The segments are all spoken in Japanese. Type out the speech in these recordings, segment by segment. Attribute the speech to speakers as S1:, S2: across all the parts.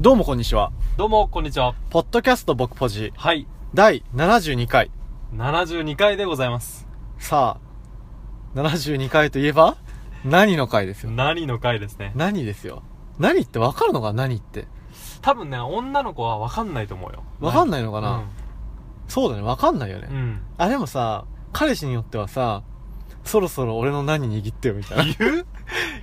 S1: どうもこんにちは。
S2: どうも、こんにちは。
S1: ポッドキャスト僕ポジ
S2: はい。
S1: 第72回。
S2: 72回でございます。
S1: さあ、72回といえば何の回ですよ。
S2: 何の回ですね。
S1: 何ですよ。何ってわかるのか何って。
S2: 多分ね、女の子はわかんないと思うよ。
S1: わかん
S2: ない
S1: ないのかな、そうだね、わかんないよね、
S2: うん。うん
S1: あ、でもさ、彼氏によってはさ、そろそろ俺の何握ってよみた いな。
S2: 言う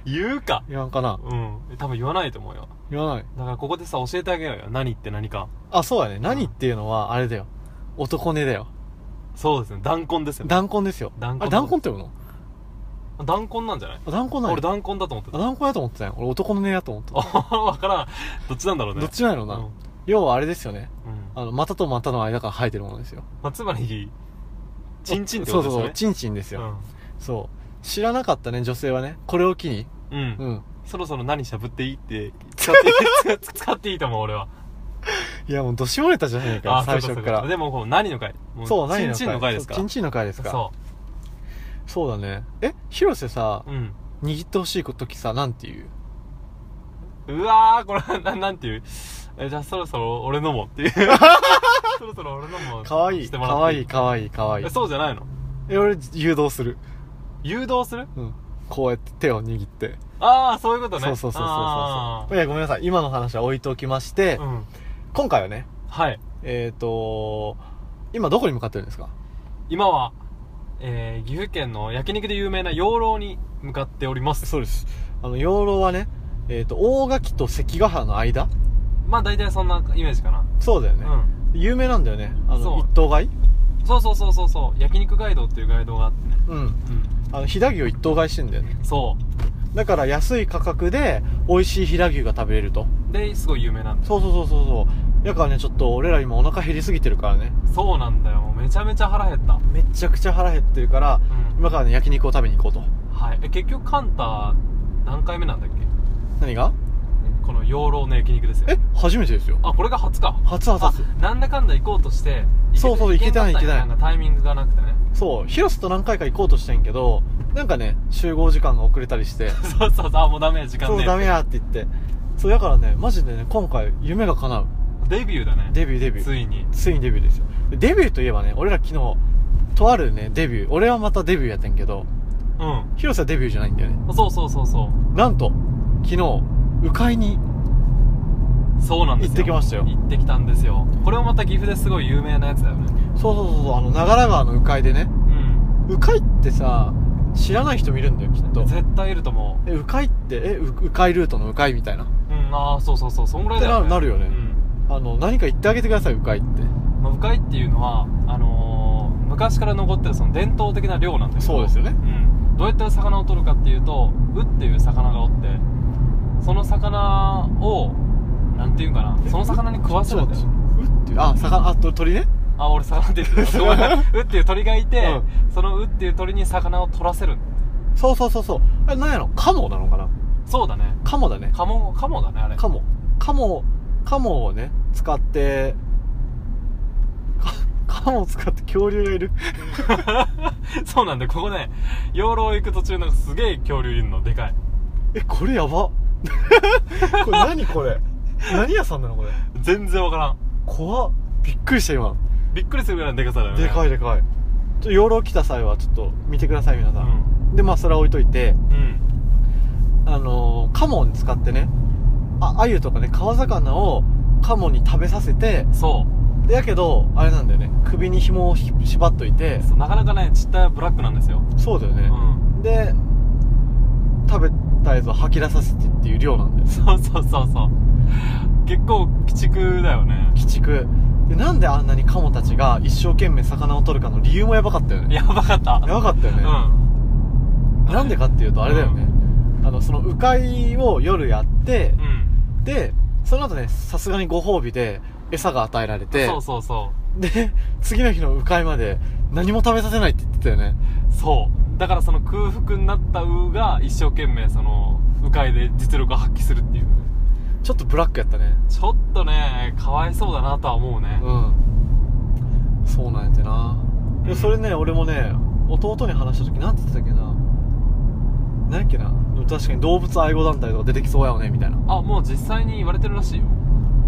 S2: 言うか。
S1: 言わんかな
S2: うん。多分言わないと思うよ。
S1: 言わない。
S2: だからここでさ、教えてあげようよ。何って何か。
S1: あ、そうだね。何っていうのは、あれだよ。男根だよ。
S2: そうですね。断根ですよね。
S1: 断根ですよ。
S2: 断根
S1: あれ断根って言うの
S2: 断根なんじゃない
S1: あ断根ない。
S2: 俺断根だと思って
S1: あ
S2: た。
S1: 断根だと思ってたよ。俺男根やと思ってた。
S2: あ、わからん。どっちなんだろうね。
S1: どっちなの
S2: う
S1: な、
S2: ん。
S1: 要はあれですよね。
S2: うん。
S1: あの、股と股の間から生えてるものですよ。
S2: まあ、つまり、チンチンってことです
S1: そう
S2: よ
S1: そう、
S2: ね。
S1: チンチンですよ、そう。知らなかったね、女性はね。これを機に。
S2: うん。うん
S1: うん。
S2: そろそろ何しゃぶっていいって、使ってい い、使っていいと思う、俺は。
S1: いや、もう、どしもれたじゃねえかよ、最
S2: そ
S1: 初
S2: うそう
S1: か
S2: そう
S1: ら。
S2: でも、こう何の回も
S1: そう、何の
S2: チンチンの回ですか
S1: そうチンチンの回ですかそ。
S2: そう
S1: だね。え、広瀬さ
S2: う。、うん。
S1: 握ってほしい時さ、なんて言う
S2: うわー、これは、ななんていう。え、じゃあそろそろ俺の もっていう。そろそろ俺のも。
S1: かわいい、
S2: して
S1: か
S2: もらっ
S1: わ
S2: て
S1: いい、かわいい、かわいい
S2: え、。そうじゃないの
S1: え、俺、誘導する。
S2: 誘導する
S1: うん。こうやって手を握って。
S2: ああ、そういうことね。
S1: そうそうそうそう
S2: あ
S1: そ
S2: ー
S1: う。いや、ごめんなさい。今の話は置いておきまして、
S2: うん。
S1: 今回はね、
S2: はい。
S1: えっ、ー、と今どこに向かってるんですか
S2: 今は、えー、岐阜県の焼肉で有名な養老に向かっております。
S1: そうです。あの、養老はね、えっ、と、大垣と関ヶ原の間
S2: まあ大体そんなイメージかな。
S1: そうだよ
S2: う
S1: ね。
S2: ん。
S1: 有名なんだよね。あ
S2: そ
S1: の、
S2: う
S1: 一頭買い
S2: そうそうそうそうそう焼肉ガイドっていうガイドがあってね
S1: うん。
S2: う
S1: あの、飛騨牛を一頭買いしてんだよね。
S2: んそ
S1: だから安い価格で、美味しい飛騨牛が食べれると。
S2: うですごい有名なんだ
S1: そうそうそうそうそう。だからね、ちょっと俺ら今お腹減りすぎてるからね。
S2: そうなんだよもうめちゃめちゃ腹減った
S1: めちゃくちゃ腹減ってるから、
S2: うん
S1: 今からね、焼肉を食べに行こうと。
S2: はいえ結局カンタ何回目なんだっけ
S1: 何が
S2: この養老の焼肉ですよ
S1: え初めてですよ。
S2: あこれが初か
S1: 初初初。
S2: あなんだかんだ行こうとして
S1: そうそう行けてない
S2: んかタイミングがなくてね
S1: そう、広瀬と何回か行こうとしてんけど、なんかね、集合時間が遅れたりして、
S2: そうそうそうあもうダメ時間
S1: そう
S2: ね
S1: ダメやって言ってそうだからねマジでね今回夢が叶う
S2: デビューだね
S1: デビューデビュー
S2: ついに
S1: ついにデビューですよでデビューといえばね俺ら昨日とあるねデビュー俺はまたデビューやってんけど
S2: うん
S1: 広瀬はデビューじゃないんだよね
S2: そうそうそうそ
S1: なんと昨日鵜飼いに
S2: うそうなんです
S1: 行
S2: よ
S1: ってきましたよ
S2: 行ってきたんですよこれもまた岐阜ですごい有名なやつだよね
S1: そうそうそうそうあの長良川の鵜飼いでね
S2: うん
S1: 鵜飼いってさ知らない人もいるんだよきっと
S2: 絶対いると思う
S1: え鵜飼いってえう鵜飼いルートの鵜飼いみたいな
S2: うん、ああそうそうそうそんぐらいだよ、
S1: って
S2: ね、
S1: ななるよね
S2: うん
S1: あの何か言ってあげてください鵜飼いって
S2: まあ、鵜飼いっていうのはあのー昔から残ってるその伝統的な漁なんだけど
S1: そうですよね
S2: うん、どうやって魚を取るかっていうとウっていう魚がおってその魚をなんていうんかなその魚に食わせるんだ
S1: そう
S2: よ
S1: うっていうあ魚あと鳥ね
S2: あ俺魚って言ってたご めんウっていう鳥がいて、
S1: う
S2: そのウっていう鳥に魚を取らせる
S1: そうそうそうそうあれ何やろカモなのかな
S2: そうだね
S1: カモだね
S2: カモカモだねあれ
S1: カモカモカモをね使ってカカモを使って恐竜がいる
S2: そうなんでここね養老行く途中なんかすげえ恐竜いるのでかい
S1: えこれやば これ何これ何屋さんなのこれ
S2: 全然わからん
S1: 怖っびっくりした今
S2: びっくりするぐらいのでかさだよね
S1: でかいでかいちょっと養老来た際はちょっと見てください皆
S2: う
S1: さん、
S2: ん
S1: でまあそれは置いといて
S2: うん
S1: あのー、カモに使ってねあアユとかね川魚をカモに食べさせて
S2: そ
S1: でやけどあれなんだよね首に紐をひ縛っといて
S2: うそうなかなかねちったブラックなんですよ
S1: そうだよね
S2: う、ん
S1: で食べたやつを吐き出させてっていう量なんだよ
S2: そうそうそうそう結構鬼畜だよね
S1: 鬼畜でなんであんなにカモたちが一生懸命魚を取るかの理由もやばかったよね
S2: やばかった
S1: やばかったよ
S2: う
S1: ね、
S2: ん
S1: なんでかっていうとあれだよね、あのその鵜飼いを夜やって
S2: う、ん
S1: でその後ねさすがにご褒美で餌が与えられて
S2: そうそうそ
S1: で次の日の鵜飼いまで何も食べさせないって言ってたよね
S2: うそうだからその空腹になったウが一生懸命その迂回で実力を発揮するっていう
S1: ちょっとブラックやったね
S2: ちょっとねかわいそうだなとは思うね
S1: うんそうなんやてな、で
S2: うん
S1: それね俺もね弟に話した時なんて言ってたっけな何やっけなでも確かに動物愛護団体とか出てきそうやよねみたいな
S2: あもう実際に言われてるらしいよ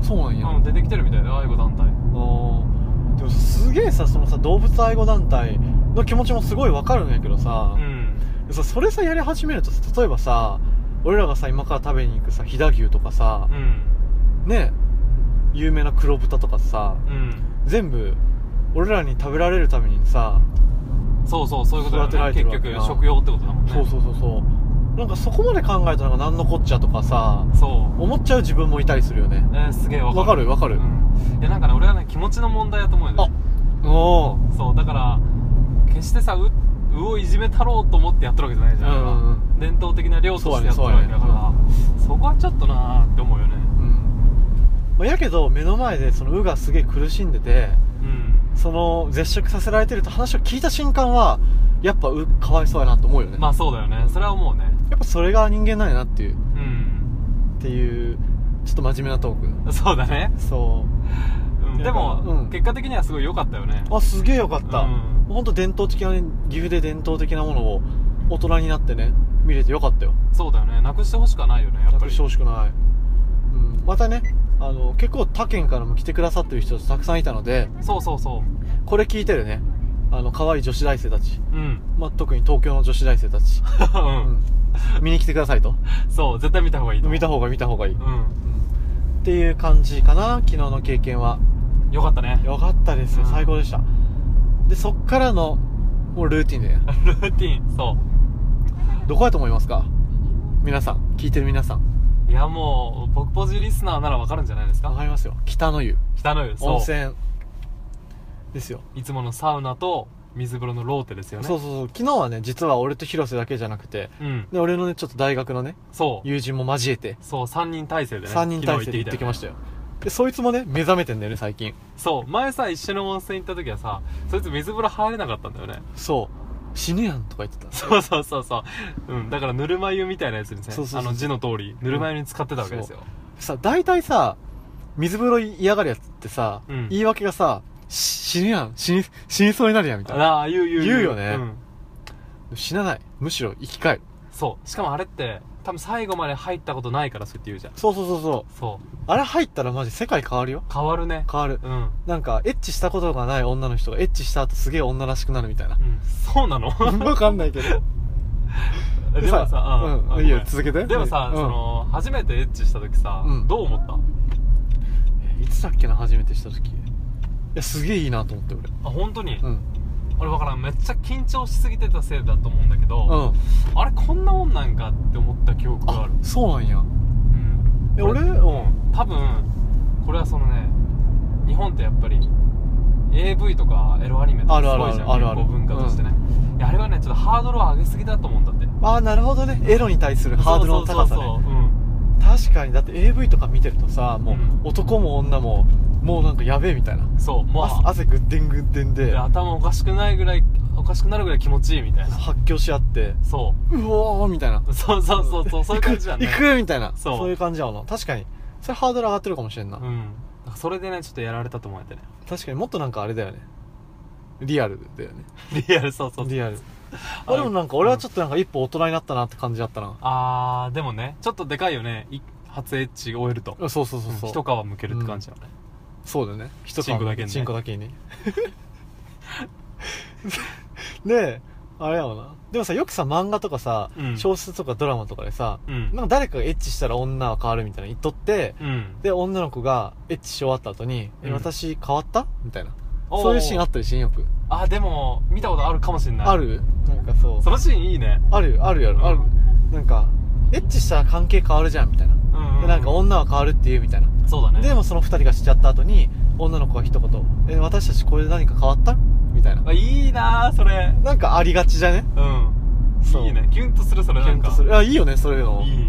S1: そうなんや、
S2: うん、出てきてるみたいで愛護団体
S1: あーでもすげえさそのさ動物愛護団体の気持ちもすごいわかるんやけどさ
S2: う、ん
S1: さそれさやり始めるとさ例えばさ俺らがさ今から食べに行くさ飛騨牛とかさ
S2: う、ん
S1: ね有名な黒豚とかさ
S2: うん
S1: 全部俺らに食べられるためにさ、
S2: そうそうそういうことだよね
S1: 育てられてる
S2: 結
S1: わけな
S2: 局食用ってことだもんね
S1: そうそうそうそうなんかそこまで考えたのが何のこっちゃとかさ
S2: そう
S1: 思っちゃう自分もいたりするよね
S2: えーすげえわかる
S1: わかるわかる
S2: うん、いやなんかね俺はね気持ちの問題だと思うよね
S1: おお
S2: そうだから決してさううをいじめたろうと思ってやってるわけじゃないじゃん,、
S1: うんうんうん
S2: 伝統的な漁としてやってる
S1: そう
S2: わ
S1: やね
S2: けだからそ,、こはちょっとなーって思うよね
S1: まあやけど目の前でその「う」がすげえ苦しんでて
S2: うん
S1: その絶食させられてると話を聞いた瞬間はやっぱ「う」かわいそうやなと思うよね、
S2: まあそうだよねそれは思うね
S1: やっぱそれが人間なんやなっていう
S2: うん
S1: っていうちょっと真面目なトー
S2: そうだね
S1: クそ
S2: うんでも、
S1: うん
S2: 結果的にはすごい良かったよね
S1: うあすげえよかった、
S2: う
S1: ほ
S2: ん
S1: ん、本当伝統的なね岐阜で伝統的なものを大人になってね見れてよかったよ
S2: そうだよねなくしてほしくはないよねやっぱり
S1: なくしてほしくない、うん、またねあの結構他県からも来てくださってる人たくさんいたので
S2: そうそうそ
S1: これ聞いてるねあの可愛い女子大生たち、
S2: ううん
S1: まあ、特に東京の女子大生た ち、
S2: う
S1: うんん、見に来てくださいと
S2: そう絶対見た方がいいと思う
S1: 見た方が見た方がいい、うん、
S2: う
S1: っていう感じかな昨日の経験は
S2: んよかったね
S1: よかったですよ、
S2: うん
S1: 最高でしたでそっからのもうルーティン で
S2: ルーティンそ
S1: どこやと思いますか皆さん聞いてる皆さん
S2: ういやもう僕ポジリスナーならわかるんじゃないです
S1: わ
S2: か
S1: かりますよ北の湯
S2: 北の湯そう
S1: 温泉ですよ、
S2: いつものサウナと水風呂のローテですよね
S1: そうそうそう昨日はね実は俺と広瀬だけじゃなくて
S2: うん
S1: で俺のねちょっと大学のね
S2: そう
S1: 友人も交えて
S2: そう3人体制でね
S1: 3人体制で行って
S2: 昨日
S1: き
S2: よね
S1: ましたよでそいつもね目覚めてんだよね最近
S2: そう前さ一緒の温泉行った時はさそいつ水風呂入れなかったんだよね
S1: そう死ぬやんとか言ってた
S2: そうそうそうそう、うん、だからぬるま湯みたいなやつにね
S1: そうそうそう
S2: あの字の通りぬるま湯に使ってたわけですよ、
S1: さ大体さ水風呂嫌がるやつってさ、
S2: うん
S1: 言い訳がさし死ぬやん死に死にそうになるやんみたいな
S2: ああ言う言う
S1: 言うよね
S2: ん
S1: 死なないむしろ生き返る
S2: そうしかもあれって多分最後まで入ったことないからそうやって言うじゃん
S1: そうそうそうそう
S2: そう
S1: あれ入ったらマジ世界変わるよ
S2: 変わるね
S1: 変わる
S2: うん、うん、
S1: なんかエッチしたことがない女の人がエッチした後すげえ女らしくなるみたい な
S2: そうなの
S1: わかんないけど
S2: でもさ、
S1: うん
S2: あ
S1: いいよ
S2: ごめん
S1: 続けて
S2: でもさ、
S1: うん
S2: その初めてエッチした時さ、
S1: うん
S2: どう思った
S1: えいつだっけな初めてした時いやすげえいいなと思って俺
S2: あ本当に、
S1: うん
S2: 俺分からんめっちゃ緊張しすぎてたせいだと思うんだけど、
S1: うん
S2: あれこんなもんなんかって思った記憶があ
S1: あ
S2: る
S1: そうなんや
S2: うん
S1: え俺うん
S2: 多分これはそのね日本ってやっぱり AV とかエロアニメと
S1: あ
S2: かす
S1: るある
S2: ごいじゃん
S1: あるある
S2: 結構文化としてね、いやあれはねちょっとハードルを上げすぎだと思うんだって
S1: ああなるほどねエロに対するハードルの高さ
S2: そうそう
S1: ね
S2: そううん
S1: 確かにだって AV とか見てるとさも
S2: うん
S1: う男も女ももうなんかやべえみたいな
S2: そうもう
S1: 汗汗ぐってんぐってんで
S2: で頭おかしくないぐらいおかしくなるぐらい気持ちいいみたいな
S1: 発狂し合って
S2: そう
S1: おーみたいな
S2: うそうそうそうそうそういう感じだね
S1: 行く行くみたいな
S2: そ
S1: そうういう感じやわな確かにそれハードル上がってるかもしれんな、
S2: うんだからそれでねちょっとやられたと思うんやってね
S1: 確かにもっとなんかあれだよねリアルだよね
S2: リアルそうそう
S1: リアルあでもなんか俺はちょっとなんか一歩大人になったなって感じだったな、
S2: あーでもねちょっとでかいよねい初エッチ終えると
S1: そうそうそうそう、
S2: 一皮むけるって感じだよね、
S1: そうだね一
S2: チンコだけにね
S1: チンコだけ にねであれやわなでもさよくさ漫画とかさ、
S2: うん
S1: 小説とかドラマとかでさ、
S2: うん
S1: なんか誰かがエッチしたら女は変わるみたいな言っとって、
S2: うん
S1: で女の子がエッチし終わった後に「え
S2: うん
S1: 私変わった?」みたいなそういうシーンあ
S2: あ
S1: ったりしんよく
S2: あでも見たことあるかもしれない
S1: あるなんかそう
S2: そのシーンいいね
S1: あるあるや
S2: うん
S1: ろあるなんかエッチしたら関係変わるじゃんみたいな
S2: うん、う
S1: でなんか女は変わるっていうみたいな
S2: そうだね
S1: でもその二人がしちゃった後に女の子が一言「え私たちこれで何か変わった?」みたいな
S2: あいいなーそれ
S1: なんかありがちじゃね
S2: うん
S1: そう
S2: いいねキュンとするそれ
S1: キ
S2: な
S1: ュ
S2: ん
S1: ン
S2: か
S1: とするあいいよねそういうの
S2: いい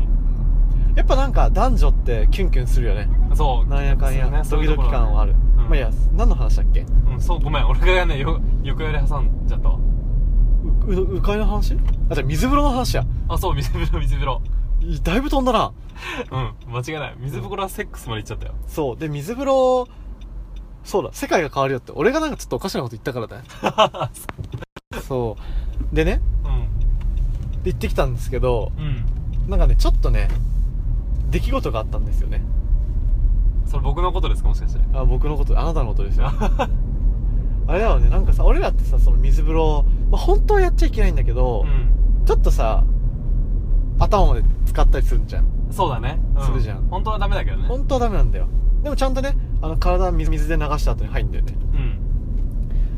S1: やっぱなんか男女ってキュンキュンするよね
S2: そう
S1: なんやかんや、
S2: そ
S1: ド
S2: うい
S1: キ
S2: うと
S1: ド
S2: こ
S1: キ
S2: ろ
S1: 感はある、
S2: うん
S1: まあいいや何の話だっけ
S2: うん、そうごめん俺がねよ横やり挟んじゃったわ
S1: うううかいの話あじゃあ水風呂の話や
S2: あそう水風呂水風呂
S1: いだいぶ飛んだな
S2: うん間違いない水風呂はセックスまで行っちゃったよ
S1: そうで水風呂そうだ世界が変わるよって俺がなんかちょっとおかしなこと言ったからだよ そうでねで行ってきたんですけど
S2: うんうん
S1: なんかねちょっとね出来事があったんですよね
S2: それ僕僕のことですかもしかして
S1: あ僕のことあなたのことですよ あれだよねなんかさ俺らってさその水風呂、まあ、本当はやっちゃいけないんだけど、
S2: ん
S1: ちょっとさ頭まで使ったりするんじゃん
S2: そうだね、う
S1: するじゃん
S2: 本当はダメだけどね
S1: 本当はダメなんだよでもちゃんとねあの体は水水で流した後に入るんだよね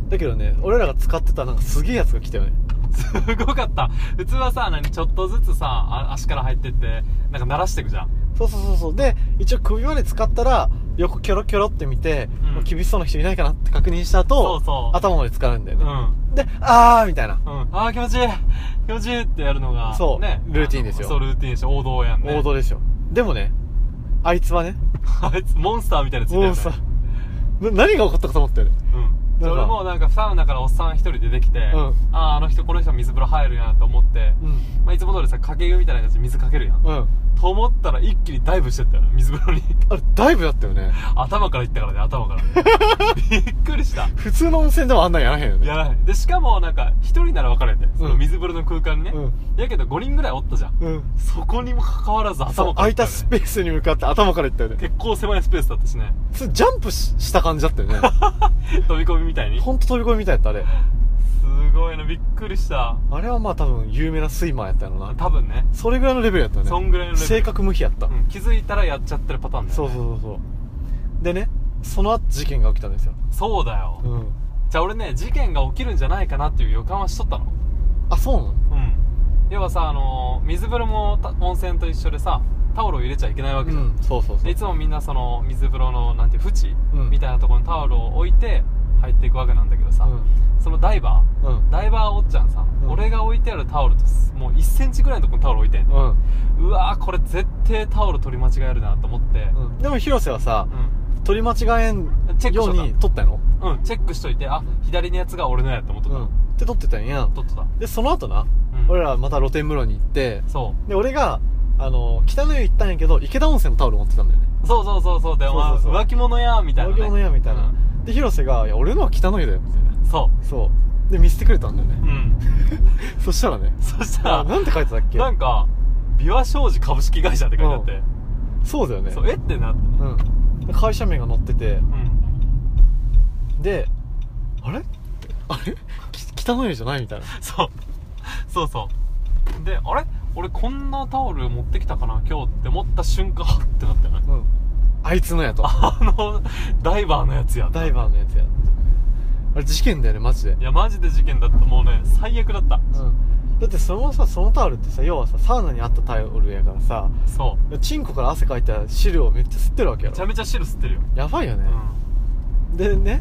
S2: うん
S1: だけどね俺らが使ってたなんかすげえやつが来たよね
S2: すごかった普通はさ何ちょっとずつさあ足から入ってってなんか鳴らしていくじゃん
S1: そうそうそうそうで一応首まで使ったら横キョロキョロって見て、
S2: うん
S1: もう厳しそうな人いないかなって確認した後
S2: そうそう
S1: 頭まで使うんだよ
S2: うん
S1: ね、であーみたいな
S2: うん、ああ気持ちいい気持ちいいってやるのが
S1: そう
S2: ね
S1: ルーティンですよ
S2: そうルーティンでしょ王道やんね
S1: 王道ですよでもねあいつはね
S2: あいつモンスターみたいなやついたよ
S1: も
S2: ね
S1: うさな何が起こったかと思ったよね
S2: うん、
S1: なんか
S2: 俺もなんかサウナからおっさん一人出てきて、
S1: ん
S2: あああの人この人水風呂入るやんと思って、
S1: うん
S2: まあ、いつも通りさ掛け湯みたいな感じで水かけるやん、
S1: うん
S2: と思ったら一気にダイブしてったよね水風呂に
S1: あれだいぶだったよね
S2: 頭からいったからね頭から びっくりした
S1: 普通の温泉ではあんなんやらへんよね
S2: やらないでしかもなんか一人なら分かるやんねその水風呂の空間にね、
S1: う
S2: やけど5人ぐらいおったじゃん、
S1: うん
S2: そこにもかかわらず
S1: そう
S2: 頭から
S1: 空
S2: 行
S1: い
S2: った
S1: た
S2: よね
S1: スペースに向かって頭からいったよね
S2: 結構狭いスペースだったしね
S1: それジャンプしした感じだったよね
S2: 飛び込みみたいにす
S1: ほんと飛び込みみたいやったあれ
S2: ごいなびっくりした
S1: あれはまあ多分有名なスイマーやったのな
S2: 多分ね
S1: それぐらいのレベルやったよね
S2: そんぐらいのレベル
S1: 性格無比やった、
S2: うん、気づいたらやっちゃってるパターンだよ、
S1: そう
S2: ね、
S1: そうそうそうでねその後事件が起きたんですよ
S2: そうだよ、
S1: うん
S2: じゃあ俺ね事件が起きるんじゃないかなっていう予感はしとったの
S1: あそうなの
S2: うん要はさあのー水風呂もた温泉と一緒でさタオルを入れちゃいけないわけ
S1: う
S2: じゃん、
S1: んそうそうそ
S2: で
S1: う
S2: いつもみんなその水風呂のなんていう縁、
S1: うん
S2: みたいなところにタオルを置いて入っていくわけなんだけどさ、
S1: う
S2: そのダイバ
S1: んうん
S2: ーダイバーおっちゃんさ、
S1: うん
S2: 俺が置いてあるタオルとすもう1センチぐらいのところにタオル置いてんの、
S1: うん、
S2: うわーこれ絶対タオル取り間違えるなと思って
S1: うん、でも広瀬はさ
S2: うん、
S1: 取り間違えん
S2: チェック
S1: よ
S2: しと
S1: う
S2: った
S1: に撮ったの
S2: うん、チェックしといて、あ、左のやつが俺のやと思っと
S1: う
S2: った。
S1: んって撮ってたんや
S2: とっとった。
S1: でその後な、
S2: うん。
S1: 俺。らまた露天風呂に行って
S2: そ
S1: で俺があの北の湯行ったんやけど池田温泉のタオル持ってたんだよね
S2: う。そうそうそうそう。で、
S1: そう
S2: お
S1: そう
S2: 前、
S1: そう
S2: 浮気者や、みたいな、ね。
S1: 東京のやみたいな、で広瀬が「いや俺のは北の湯だよ」みたいな
S2: うんそ
S1: そうで見せてくれたんだよ
S2: う。
S1: ね
S2: うん。
S1: そしたらね
S2: そした
S1: あ
S2: ら、
S1: なんて書いてたっけ
S2: なんか、琵琶商事株式会社って書いてあって。
S1: そうだよね
S2: そう、えってなって。うん。
S1: うんで会社名が載っててであれあれ き北の湯じゃないみたいな
S2: そう。そうそう。で、あれ俺こんなタオル持ってきたかな今日って思った瞬間、はっってなったよね。
S1: うんあいつのやと
S2: あの、ダイバーのやつや。
S1: ダイバーのやつやってあれ事件だよねマジで
S2: いや、マジで事件だった。もうね、最悪だった。
S1: うんだってそのさそのタオルってさ要はさサウナにあったタオルやからさ
S2: そう。
S1: チンコから汗かいた汁をめっちゃ吸ってるわけや
S2: めちゃ
S1: ろ
S2: めちゃ汁吸ってるよ。
S1: やばいよね、
S2: う。
S1: でね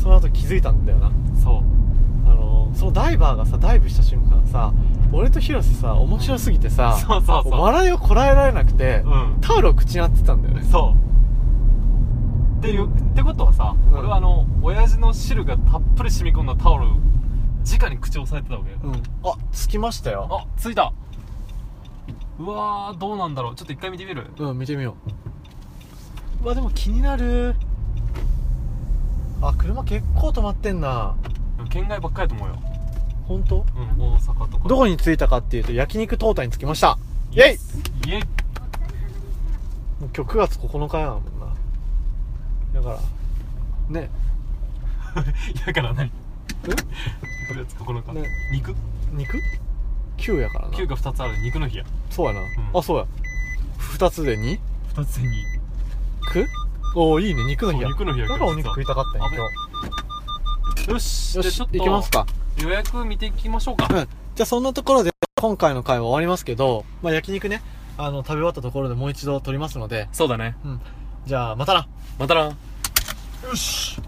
S1: その後気づいたんだよなん
S2: そう。
S1: あのそのダイバーがさダイブした瞬間さ俺と広瀬さ面白すぎてさ
S2: そうそうそう
S1: 笑いをこらえられなくて、
S2: うん
S1: タオルを口に当ててたんだよね
S2: そうっていうってことはさ、
S1: うん
S2: 俺はあの親父の汁がたっぷり染み込んだタオルを直に口を押さえてたわけよ、
S1: うんあつきましたよ
S2: あついたうわーどうなんだろうちょっと一回見てみる
S1: うん見てみよううわでも気になるあ車結構止まってんな
S2: 県外ばっかりやと思うよ、
S1: 本当
S2: うん、大阪とか
S1: どこに着いたかっていうと焼肉トータに着きましたイ
S2: イ
S1: ェ
S2: エ
S1: イ
S2: イイエイ
S1: もう今日9月9日やもんなだからね
S2: だから何
S1: え
S2: これつここのか、
S1: ね
S2: 肉
S1: 肉 ?9 やからな
S2: 9が2つある肉の日や
S1: そうやな、
S2: ん
S1: あそうや2つで 2?
S2: 2つに
S1: 肉おおいいね肉の日や
S2: そう肉の日や
S1: だ
S2: け
S1: から
S2: ど
S1: お肉食いたかったんや
S2: 実
S1: 今
S2: はよし
S1: 日よ
S2: じゃあ
S1: し
S2: ちょ
S1: 行
S2: っと
S1: きますか
S2: 予約見ていきましょうか、
S1: うんじゃあそんなところで今回の回は終わりますけど、まあ、焼肉ねあの食べ終わったところでもう一度撮りますので
S2: そうだね
S1: うんじゃあまたな
S2: またな
S1: よし